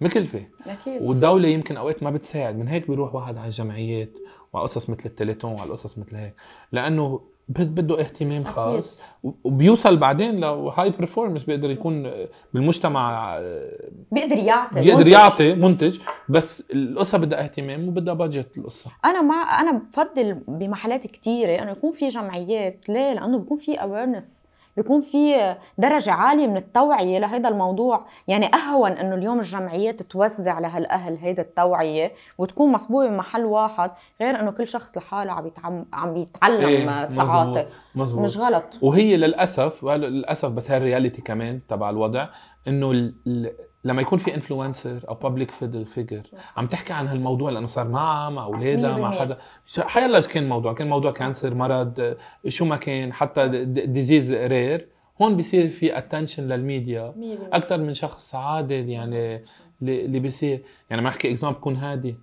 B: مكلفه
A: اكيد
B: والدولة يمكن اوقات ما بتساعد من هيك بيروح واحد على الجمعيات وعلى قصص مثل التليتون وعلى قصص مثل هيك لانه بد- بده اهتمام
A: أكيد.
B: خاص و- وبيوصل بعدين لهاي برفورمنس بيقدر يكون آه، بالمجتمع آه،
A: بيقدر يعطي
B: بيقدر
A: طيب، منتج.
B: يعطي منتج بس القصه بدها اهتمام وبدها بادجت القصه
A: انا مع انا بفضل بمحلات كثيره انه يكون في جمعيات ليه لانه بيكون في اويرنس بيكون في درجة عالية من التوعية لهيدا الموضوع يعني أهون أنه اليوم الجمعيات توزع لهالأهل هيدا التوعية وتكون مصبوبة بمحل واحد غير أنه كل شخص لحاله عم, يتعم... عم يتعلم
B: إيه،
A: إيه تعاطي
B: مزبوط، مزبوط.
A: مش غلط
B: وهي للاسف وهلا للاسف بس هي الرياليتي كمان تبع الوضع انه ال- ال- لما يكون في انفلونسر او بابليك فيجر عم تحكي عن هالموضوع لانه صار معها مع اولادها مع
A: 100%.
B: حدا شو- حيلا شو كان موضوع كان موضوع كانسر مرض آه، شو ما كان حتى ديزيز رير هون بصير في اتنشن للميديا اكثر من شخص عادل يعني اللي اللي بيصير يعني ما احكي اكزامبل كون هادي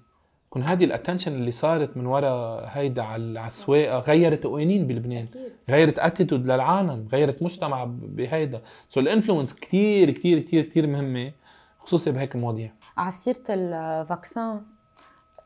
B: كون هادي الاتنشن اللي صارت من ورا هيدا على على السواقه غيرت قوانين بلبنان غيرت اتيتود للعالم غيرت مجتمع ب- بهيدا سو الانفلونس كتير كتير كتير كتير مهمه خصوصي بهيك المواضيع
A: على سيرة الفاكسان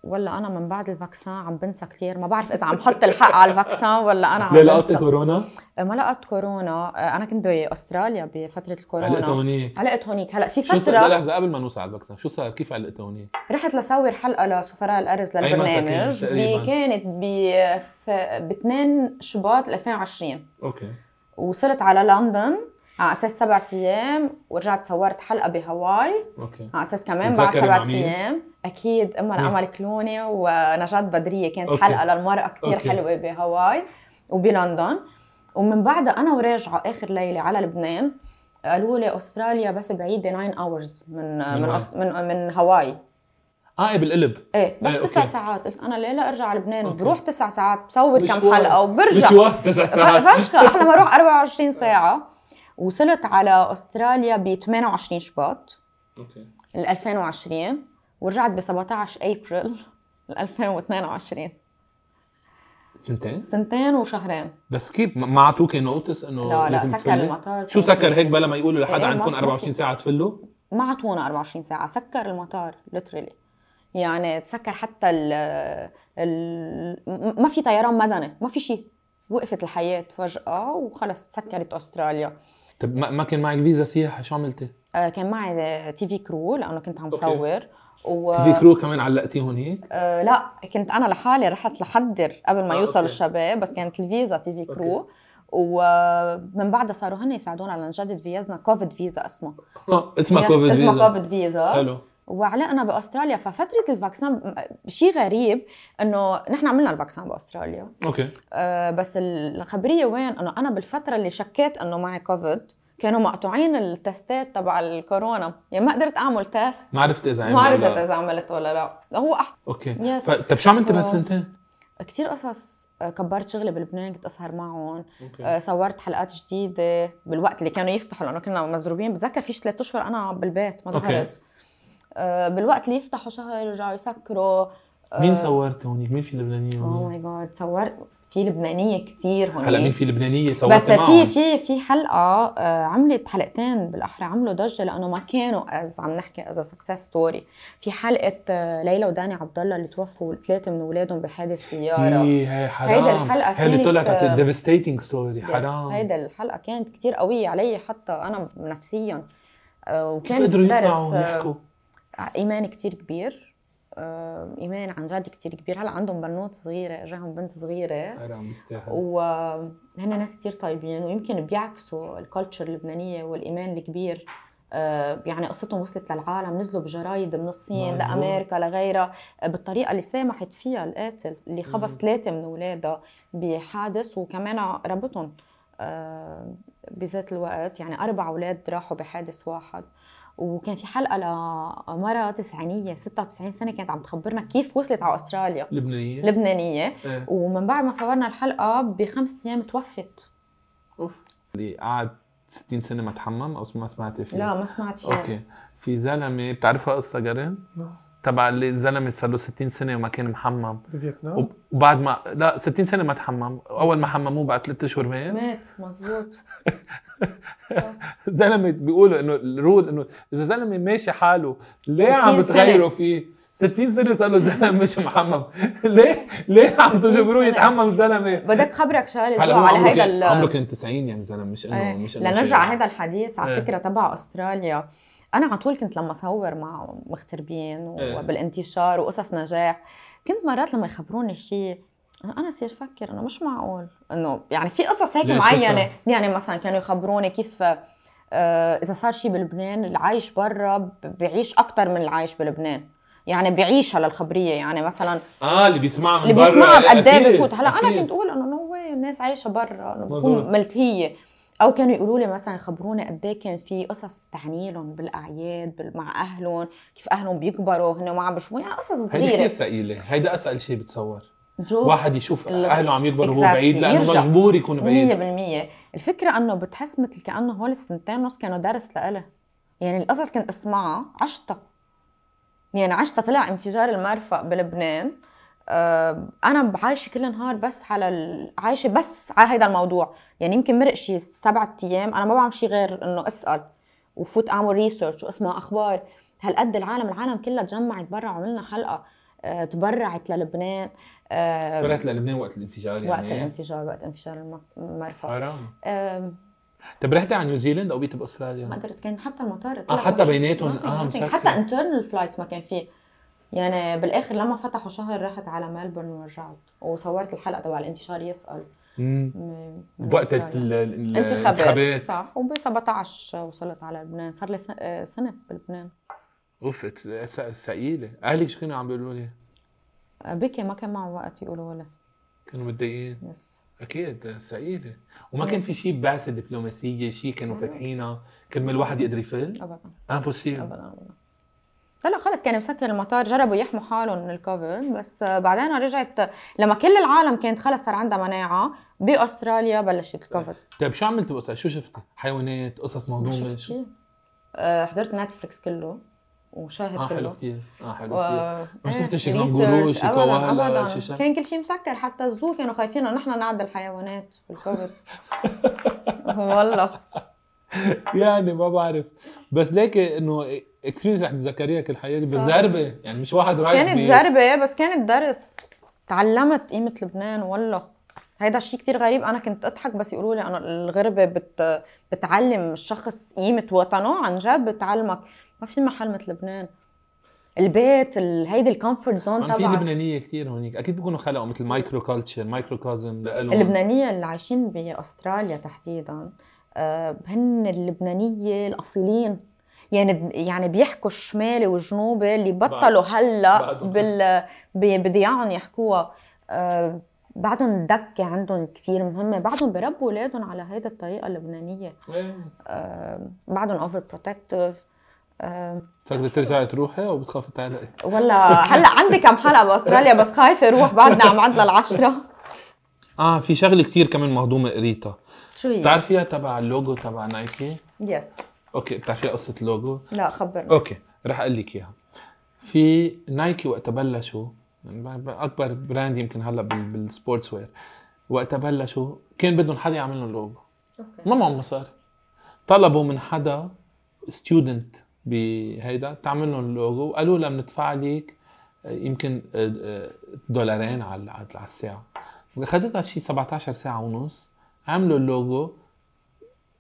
A: ولا أنا من بعد الفاكسان عم بنسى كثير ما بعرف إذا عم حط الحق على الفاكسان ولا أنا عم
B: لا لقطة
A: بنسى. إيه،
B: كورونا
A: ما لقت كورونا انا كنت باستراليا بفتره
B: علقت
A: الكورونا
B: هونيك
A: علقت هونيك هلا في
B: شو صار لا،
A: فتره
B: لحظة قبل ما نوصل على الفاكسين شو صار كيف علقت هونيك؟
A: رحت لصور حلقه لسفراء الارز
B: أي متى
A: للبرنامج
B: كانت تقريباً؟
A: بي- كانت ب ف- ب 2 شباط 2020
B: اوكي
A: وصلت على لندن على اساس سبعة ايام ورجعت صورت حلقه بهواي
B: اوكي
A: على اساس كمان بعد
B: متذكرة مع
A: سبعة
B: مين؟
A: ايام اكيد اما
B: مين؟
A: لامل كلوني ونجاة بدريه كانت
B: أوكي.
A: أوكي. حلقه للمراه كتير
B: أوكي.
A: أوكي. حلوه بهواي وبلندن ومن بعدها انا وراجعه اخر ليله على لبنان قالوا لي استراليا بس بعيده 9 اورز من من
B: وين؟
A: أس- من, من هواي
B: اه إيه، بالقلب
A: ايه بس
B: إيه، أوكي.
A: تسع ساعات قلت انا ليه لا ارجع على لبنان
B: أوكي.
A: بروح تسع ساعات بصور كم
B: مشوار.
A: حلقه وبرجع
B: مشوار تسع ساعات
A: فشخة احلى ما اروح 24 ساعه وصلت على استراليا ب 28 شباط
B: اوكي
A: ال 2020 ورجعت ب 17 ابريل ال 2022
B: سنتين
A: سنتين وشهرين
B: بس كيف ما- ما عطوك نوتس انه
A: لا لا
B: لازم
A: سكر
B: تفلي؟
A: المطار
B: شو سكر هيك بلا ما يقولوا
A: إيه،
B: لحدا
A: ما-
B: عندكم
A: ما
B: 24
A: في.
B: ساعه تفلوا؟
A: ما عطونا 24 ساعه سكر المطار ليترلي يعني تسكر حتى ال ال ما في طيران مدني ما في شيء وقفت الحياه فجاه وخلص تسكرت استراليا
B: طب ما ما كان معك فيزا سياحه شو عملتي؟
A: آه، كان معي تي في كرو لانه كنت عم
B: أوكي.
A: صور و...
B: في كرو كمان علقتي هونيك؟
A: آه لا كنت انا لحالي رحت لحضر قبل ما
B: آه،
A: آه يوصل
B: أوكي.
A: الشباب بس كانت الفيزا تي في كرو ومن بعدها صاروا هن يساعدونا لنجدد فيزنا كوفيد فيزا اسمها
B: آه، اسمها
A: يس-
B: كوفيد
A: اسمها
B: فيزا.
A: كوفيد فيزا
B: حلو
A: وعلقنا باستراليا ففتره الفاكسين شيء غريب انه نحن عملنا الفاكسين باستراليا
B: اوكي
A: آه، بس الخبريه وين انه انا بالفتره اللي شكيت انه معي كوفيد كانوا مقطوعين التستات تبع الكورونا يعني ما قدرت اعمل تيست
B: ما عرفت اذا عمل
A: ما عرفت
B: ولا-
A: اذا عملت ولا لا هو احسن
B: اوكي
A: Yes.
B: ف... طب شو عملت
A: So-
B: بهالسنتين؟
A: كتير قصص آه، كبرت شغلي بلبنان كنت اسهر معهم
B: اوكي
A: آه، صورت حلقات جديده بالوقت اللي كانوا يفتحوا لانه كنا مزروبين بتذكر فيش ثلاث اشهر انا بالبيت ما
B: أوكي.
A: ظهرت آه، بالوقت اللي يفتحوا شهر رجعوا يسكروا Oh
B: مين
A: آه.
B: صورت هونيك؟ مين في لبنانيه
A: اوه
B: هونيك؟
A: ماي جاد صورت في لبنانيه كتير
B: هلا مين
A: هونيك
B: في لبنانيه صورت
A: بس في في في حلقه آه، عملت حلقتين بالاحرى عملوا ضجه لانه ما كانوا از عم نحكي از سكسس ستوري في حلقه آه، ليلى وداني عبد الله اللي توفوا ثلاثه من اولادهم بحادث سياره
B: هي إيه، حرام
A: هيدا الحلقة
B: هيدي
A: كانت-
B: طلعت ديفستيتنج ستوري
A: بس
B: حرام
A: هيدا الحلقه كانت كتير قويه علي حتى انا نفسيا آه،
B: كيف
A: وكان
B: قدروا
A: درس
B: يطلعوا ويحكوا؟
A: آه، ايمان كتير كبير آه، ايمان عن جد كتير كبير هلا عندهم بنوت صغيره اجاهم بنت صغيره
B: حرام بيستاهل
A: وهن ناس كتير طيبين ويمكن بيعكسوا الكالتشر اللبنانيه والايمان الكبير آه، يعني قصتهم وصلت للعالم نزلوا بجرايد من الصين
B: مظبوط.
A: لامريكا لغيرها آه، بالطريقه اللي سامحت فيها القاتل اللي خبص
B: مم.
A: ثلاثه من اولادها بحادث وكمان ربطهم آه، بذات الوقت يعني اربع اولاد راحوا بحادث واحد وكان في حلقه لمراه تسعينيه 96 سنه كانت عم تخبرنا كيف وصلت على استراليا
B: لبنانيه
A: لبنانيه
B: إيه.
A: ومن بعد ما صورنا الحلقه بخمس ايام توفت
B: اللي إيه. قعد 60 سنه ما تحمم او ما سمعت فيه
A: لا ما يعني. سمعت فيها
B: اوكي في زلمه بتعرفها قصه جرين؟
D: لا.
B: تبع اللي الزلمه صار له 60 سنه وما كان محمم
D: بفيتنام
B: وب- وبعد ما لا 60 سنه ما تحمم اول ما حمموه بعد ثلاث اشهر مات
A: مات مزبوط
B: زلمه بيقولوا انه الرول انه اذا زلمه ماشي حاله ليه
A: 60
B: عم
A: سنة.
B: بتغيروا فيه 60 سنه صار له زلمه مش محمم ليه ليه عم
A: 60
B: تجبروه
A: سنة.
B: يتحمم زلمه
A: بدك خبرك شغله
B: هلا
A: جو
B: هو
A: على
B: عمره
A: هيدا
B: كان-
A: ال-
B: عمره كان 90 يعني زلمه مش انه
A: إيه.
B: مش إنه
A: لنرجع
B: شيء.
A: على هذا الحديث على
B: إيه.
A: فكره تبع استراليا انا على طول كنت لما اصور مع مغتربين
B: إيه.
A: وبالانتشار وقصص نجاح كنت مرات لما يخبروني شيء أنا- انا صير افكر انه مش معقول انه يعني في قصص هيك
B: ليش
A: معينه
B: هيك؟
A: يعني مثلا كانوا يخبروني كيف آه، اذا صار شيء بلبنان العايش برا ب- بيعيش اكثر من العايش بلبنان يعني بيعيشها للخبريه يعني مثلا
B: اه اللي بيسمعها من
A: اللي
B: برا،
A: بيسمعها بقد
B: أكيد،
A: ايه بفوت هلا انا
B: أكيد.
A: كنت اقول انه نو واي الناس عايشه برا انه
B: مظبوط.
A: بكون ملتهيه او كانوا يقولوا لي مثلا خبروني قد ايه كان في قصص تعنيلهم بالاعياد بال- مع اهلهم كيف اهلهم بيكبروا هن ما عم بيشوفون يعني قصص
B: هيدي كثير
A: صغيره
B: ثقيله هيدا اسهل شيء بتصور
A: جو
B: واحد يشوف
A: ال-
B: اهله عم يكبروا وهو
A: Exactly.
B: بعيد لانه
A: يرجع.
B: مجبور يكون بعيد
A: 100% الفكره انه بتحس مثل كانه هول السنتين ونص كانوا درس لإلي يعني القصص كنت اسمعها عشتها يعني عشتها طلع انفجار المرفأ بلبنان آه، انا عايشه كل نهار بس على ال... عايشه بس على هيدا الموضوع يعني يمكن مرق شي سبعة ايام انا ما بعمل شي غير انه اسال وفوت اعمل ريسيرش واسمع اخبار هالقد العالم العالم كلها تجمعت برا وعملنا حلقه آه، تبرعت للبنان آه،
B: رحت للبنان وقت الانفجار
A: وقت
B: يعني
A: الانفجار وقت انفجار الم- المرفأ
B: حرام
A: أم،
B: طب رحت طيب، على نيوزيلند او بقيت باستراليا؟
A: ما قدرت كان حتى المطار
B: اه
A: اتقلب.
B: حتى بيناتهم
A: ما كان-
B: اه
A: ما كان-
B: مسافر
A: حتى انترنال فلايتس ما كان فيه يعني بالاخر لما فتحوا شهر رحت على ملبورن ورجعت وصورت الحلقه تبع الانتشار يسال
B: مم.
A: من- من
B: وقت
A: أستراليا.
B: ال- ال-
A: انتخابات
B: الانتخابات
A: صح وب 17 وصلت على لبنان صار لي سنة- آه، سنه بلبنان
B: اوف ات- س- ثقيله اهلك شو كانوا عم بيقولوا لي؟
A: آه، بكي ما كان معه وقت يقولوا لي
B: كانوا متضايقين
A: يس
B: اكيد ثقيله وما كان في شيء بعثه دبلوماسيه شيء كانوا فاتحينها كرمال الواحد يقدر يفل
A: ابدا
B: امبوسيبل
A: ابدا ابدا هلا خلص كان مسكر المطار جربوا يحموا حالهم من الكوفيد بس بعدين رجعت لما كل العالم كانت خلص صار عندها مناعه باستراليا بلشت الكوفيد
B: طيب شو عملت بقصة؟ شو شفت؟ حيوانات قصص
A: ما
B: مهضومه
A: شفت شيء آه، حضرت نتفليكس كله وشاهد
B: اه حلو
A: كله
B: كثير اه حلو كثير
A: و-
B: ما شفت
A: إيه،
B: شي
A: research.
B: كنغورو، شي
A: ابدا
B: كوالا، شي
A: ابدا
B: شي.
A: كان كل شيء مسكر حتى الزو كانوا خايفين انه نحن نعدي الحيوانات بالكوفيد والله
B: يعني ما بعرف بس ليك انه اكسبيرينس رح تتذكريها كل حياتي بس
A: صح.
B: زربه يعني مش واحد رايح
A: كانت
B: بي-
A: زربة إيه، بس كانت درس تعلمت قيمة لبنان والله هيدا الشيء كتير غريب انا كنت اضحك بس يقولوا لي انا الغربة بت... بتعلم الشخص قيمة وطنه عن جد بتعلمك ما في محل مثل لبنان البيت ال... هيدي الكومفورت زون
B: ما في
A: تبعك
B: لبنانيه كثير هونيك اكيد بيكونوا خلقوا مثل مايكرو كلتشر مايكرو كازم
A: اللبنانية اللي عايشين باستراليا تحديدا آه، هن اللبنانية الاصيلين يعني يعني بيحكوا الشمالي والجنوبي اللي بطلوا هلا
B: بعدهم.
A: بال ب- بضياعهم يحكوها آه، بعدهم الدكة عندهم كثير مهمة بعدهم بربوا اولادهم على هيدا الطريقة اللبنانية
B: إيه.
A: آه، بعدهم اوفر بروتكتيف
B: فكرة ترجعي تروحي او بتخافي تعلقي؟
A: ولا هلا عندي كم حلقة باستراليا بس خايفة اروح بعدنا عم عد للعشرة
B: اه في شغله كثير كمان مهضومه قريتها
A: شو هي؟
B: بتعرفيها تبع اللوجو تبع نايكي؟
A: يس
B: اوكي بتعرفيها قصه اللوجو؟
A: لا خبرني
B: اوكي رح اقول لك اياها في نايكي وقت بلشوا يعني اكبر براند يمكن هلا بال- بالسبورتس وير وقت بلشوا كان بدهم حدا يعمل لهم لوجو ما معهم مصاري طلبوا من حدا ستودنت بهيدا تعمل لهم لوجو وقالوا لها بندفع لك آه، يمكن آه، دولارين على على الساعه اخذتها شي 17 ساعه ونص عملوا اللوجو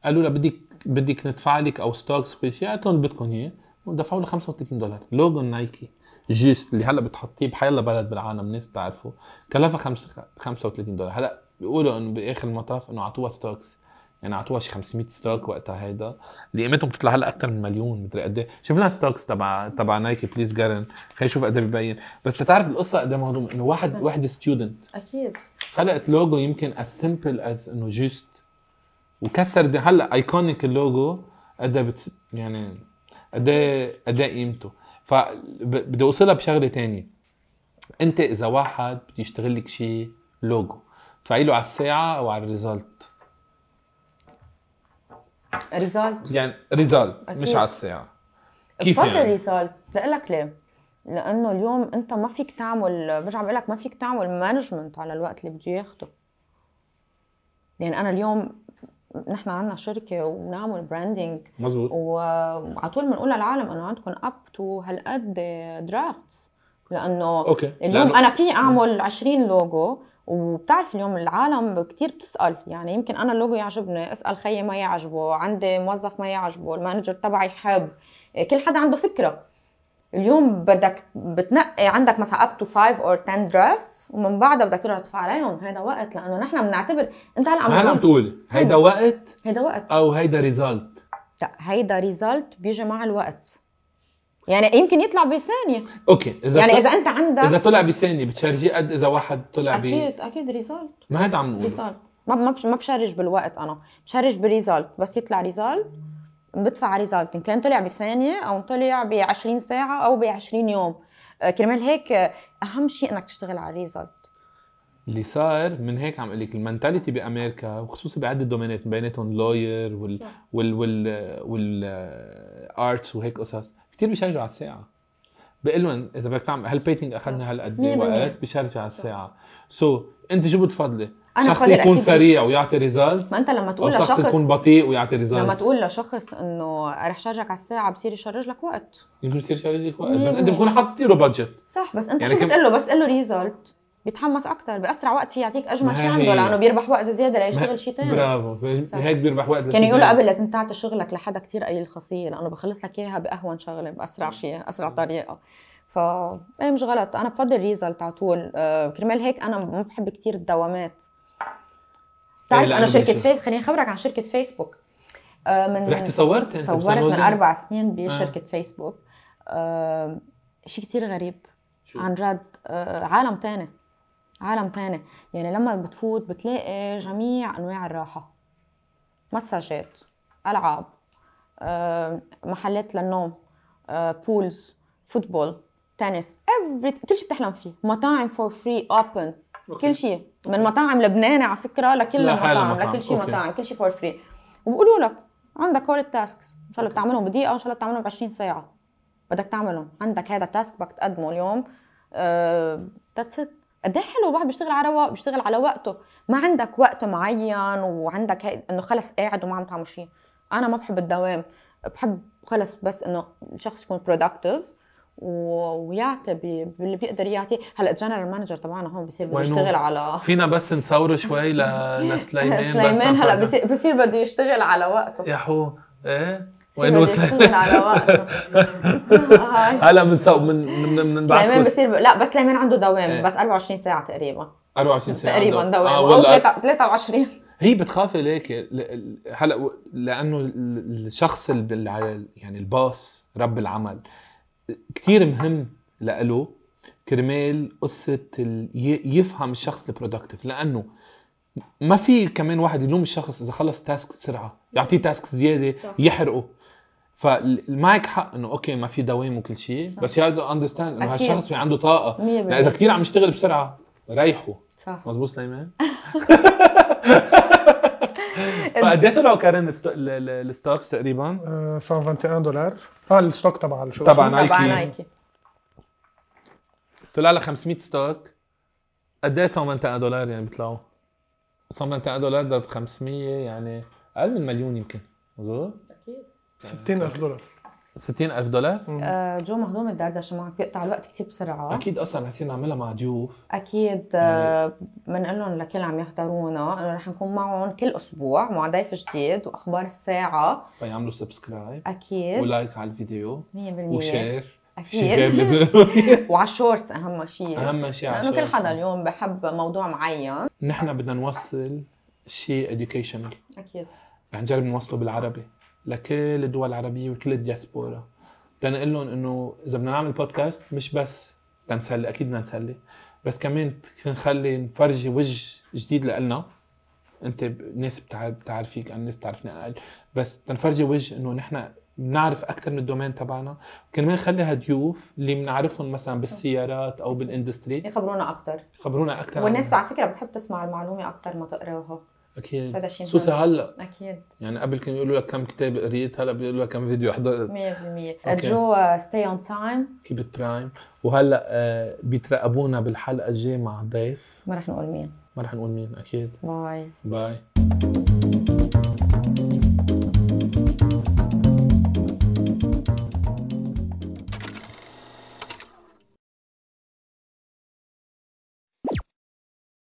B: قالوا لها بدك بدك ندفع لك او ستوكس كل شيء قالت لهم اللي بدكم اياه ودفعوا لها 35 دولار لوجو نايكي جيست اللي هلا بتحطيه بحيلا بلد بالعالم ناس بتعرفه كلفها خمس- 35 دولار هلا بيقولوا انه باخر المطاف انه عطوها ستوكس يعني اعطوها شي 500 ستوك وقتها هيدا اللي قيمتهم بتطلع هلا اكثر من مليون مدري قد ايه شوف لنا ستوكس تبع تبع نايكي بليز جارن خلينا نشوف قد ايه ببين بس لتعرف القصه قد ايه مهضومه انه واحد واحد ستودنت
A: اكيد
B: خلقت لوجو يمكن as simple as انه جوست وكسر دي هلا ايكونيك اللوجو قد إيه بت يعني قد ايه قد ايه قيمته فبدي اوصلها بشغله تانية انت اذا واحد بده يشتغل لك شيء لوجو تدفعي له على الساعه او على الريزلت
A: ريزالت
B: يعني ريزلت
A: أكيد.
B: مش على الساعه كيف
A: بفضل
B: يعني؟
A: ريزالت لك ليه؟ لانه اليوم انت ما فيك تعمل برجع بقول لك ما فيك تعمل مانجمنت على الوقت اللي بده ياخده يعني انا اليوم نحن عندنا شركه وبنعمل براندنج
B: مزبوط
A: وعلى طول بنقول للعالم انه عندكم اب تو هالقد درافتس لانه
B: اوكي
A: اليوم
B: لأنه-
A: انا في اعمل 20 لوجو وبتعرف اليوم العالم كتير بتسال يعني يمكن انا اللوجو يعجبني اسال خيي ما يعجبه عندي موظف ما يعجبه المانجر تبعي يحب إيه، كل حدا عنده فكره اليوم بدك بتنقي عندك مثلا اب تو 5 اور 10 درافتس ومن بعدها بدك تروح تدفع عليهم هذا وقت لانه نحن بنعتبر انت هلا
B: ما هلا عم
A: عم
B: تقولي هيدا وقت
A: هذا وقت
B: او هيدا ريزلت
A: لا هيدا ريزلت بيجي مع الوقت يعني يمكن يطلع بثانيه
B: اوكي اذا
A: يعني
B: طل-
A: اذا انت
B: اذا
A: عندك
B: طلع بثانيه بتشارجيه قد اذا واحد طلع ب
A: اكيد اكيد ريزلت
B: ما هيدا عم نقول
A: ريزالت ما ما بش- ما بشرج بالوقت انا بشرج بريزالت بس يطلع ريزالت بدفع على ريزالت ان كان طلع بثانيه او طلع ب 20 ساعه او ب 20 يوم آه، كرمال هيك آه، اهم شيء انك تشتغل على الريزالت
B: اللي صار من هيك عم اقول لك المنتاليتي بامريكا وخصوصي بعدة دومينات بيناتهم لوير وال وال وال والارتس وهيك قصص كثير بيشجعوا على الساعه بقول لهم اذا بدك تعمل هالبيتنج اخذنا هالقد
A: مية
B: ايه
A: بالمية.
B: وقت بشجع على الساعه سو so, انت شو بتفضلي؟
A: أنا
B: شخص
A: بفضل
B: يكون
A: أكيد
B: سريع ويعطي ريزلت
A: ما انت لما
B: او
A: تقول
B: شخص
A: لشخص
B: يكون بطيء ويعطي ريزلت
A: لما تقول لشخص انه رح شارجك على الساعه بصير يشرج لك وقت
B: يمكن يصير شغله وقت
A: مية
B: بس انت
A: بالمية.
B: بتكون حاطط له بادجت
A: صح بس انت يعني
B: يعني
A: شو
B: كم-
A: بتقول له بس قول له ريزالت بيتحمس اكثر باسرع وقت في يعطيك
B: ما
A: اجمل شيء
B: هي
A: عنده
B: هي.
A: لانه بيربح وقت زياده
B: ما-
A: ليشتغل شيء ثاني
B: برافو
A: طيب. صح.
B: هيك بيربح وقت
A: كانوا
B: لشي
A: يقولوا
B: تاني.
A: قبل لازم تعطي شغلك لحدا كثير قليل الخسيه لانه بخلص لك اياها باهون شغله باسرع شيء اسرع طريقه ف ايه مش غلط انا بفضل ريزلت على طول آه، كرمال هيك انا ما بحب كثير الدوامات
B: إيه،
A: بتعرف
B: لا،
A: انا
B: أنا
A: شركه
B: بنشوف.
A: فيس خليني اخبرك عن شركه فيسبوك آه، من
B: رحت صورت انت
A: صورت
B: بسان
A: من
B: جوزي؟
A: اربع سنين بشركه فيسبوك آه، شيء كثير غريب
B: شو؟
A: عن جد آه، عالم تاني عالم تاني يعني لما بتفوت بتلاقي جميع انواع الراحه مساجات العاب آه، محلات للنوم آه، بولز فوتبول تنس everything. كل شيء بتحلم فيه مطاعم فور فري اوبن كل شيء من مطاعم لبناني على فكره لكل
B: لحالها
A: المطاعم
B: مطاعم.
A: لكل شيء
B: أوكي.
A: مطاعم كل شيء فور فري وبقولوا لك عندك هول التاسكس ان شاء الله بتعملهم بدقيقه وان شاء الله بتعملهم ب 20 ساعه بدك تعملهم عندك هذا التاسك بدك تقدمه اليوم ذاتس ات قد ايه حلو الواحد بيشتغل على رواق بيشتغل على وقته ما عندك وقت معين وعندك هي... انه خلص قاعد وما عم تعمل شيء انا ما بحب الدوام بحب خلص بس انه الشخص يكون برودكتيف ويعطي ب- باللي بيقدر يعطي هلا الجنرال مانجر تبعنا هون بصير بده
B: وينو.
A: يشتغل على
B: فينا بس نصوره شوي ل... لسليمان
A: سليمان
B: بس
A: هلا
B: نفرجها.
A: بصير بصير بده يشتغل على وقته
B: يا حو ايه
A: بصير بده يشتغل على وقته آه، هاي.
B: هلا من سو من من
A: سليمان
B: من بعد
A: بصير ب... لا بس سليمان عنده
B: إيه.
A: دوام بس 24 ساعه تقريبا
B: 24 ساعه
A: تقريبا
B: عنده.
A: دوام
B: آه
A: او
B: والله
A: 3 23
B: هي بتخاف ليك ل- ل- هلا و- لانه ال- الشخص اللي بال- يعني الباص رب العمل كثير مهم لإله كرمال قصه ال- ي- يفهم الشخص البرودكتيف لانه ما في كمان واحد يلوم الشخص اذا خلص تاسك بسرعه يعطيه تاسك زياده
A: صح.
B: يحرقه فمعك حق انه اوكي ما في دوام وكل شيء بس يو اندرستاند انه
A: أكيد.
B: هالشخص في عنده طاقه لا اذا
A: 100%
B: كثير عم يشتغل بسرعه ريحوا
A: صح
B: مزبوط سليمان فقد ايه طلعوا كارن الست- ال- ال- الستوكس تقريبا
D: آه، 121 دولار اه الستوك تبع الشو
B: تبع
D: اسمه؟
A: تبع
B: نايكي.
A: نايكي
B: طلع لها 500 ستوك قد ايه 121 دولار يعني بيطلعوا 121 دولار ضرب 500 يعني اقل من مليون يمكن مظبوط
D: 60000 دولار
B: 60000 دولار
A: آه، جو مهضوم الدردشه معك بيقطع الوقت كتير بسرعه
B: اكيد اصلا رح يصير نعملها مع ضيوف
A: اكيد آه، بنقول لهم لكل عم يحضرونا انه رح نكون معهم كل اسبوع مع ضيف جديد واخبار الساعه
B: فيعملوا سبسكرايب
A: اكيد 100%
B: ولايك على الفيديو وشير شير
A: اكيد
B: لازم-
A: وعلى الشورتس اهم شيء
B: اهم شيء
A: لانه
B: عشان-
A: كل حدا اليوم بحب موضوع معين
B: نحن بدنا نوصل شيء educational
A: اكيد
B: رح نجرب نوصله بالعربي لكل الدول العربيه وكل الدياسبورا تنقول لهم انه اذا بدنا نعمل بودكاست مش بس تنسلي اكيد بدنا نسلي بس كمان نخلي نفرجي وجه جديد لنا انت ب- ناس بتعرف بتعرفيك انا ناس بتعرفني اقل بس تنفرجي وجه انه نحن بنعرف اكثر من الدومين تبعنا كمان خلي هالضيوف اللي بنعرفهم مثلا بالسيارات او بالاندستري
A: يخبرونا اكثر
B: خبرونا اكثر
A: والناس على فكره بتحب تسمع المعلومه اكثر ما تقراها
B: اكيد
A: هذا شيء
B: خصوصا هلا
A: اكيد
B: يعني قبل كانوا يقولوا لك كم كتاب قريت هلا بيقولوا لك كم فيديو حضرت
A: 100%
B: أوكي.
A: جو ستي اون تايم
B: كيبت برايم وهلا آه، بيترقبونا بالحلقه الجايه مع ضيف
A: ما رح نقول مين
B: ما رح نقول مين اكيد
A: باي
B: باي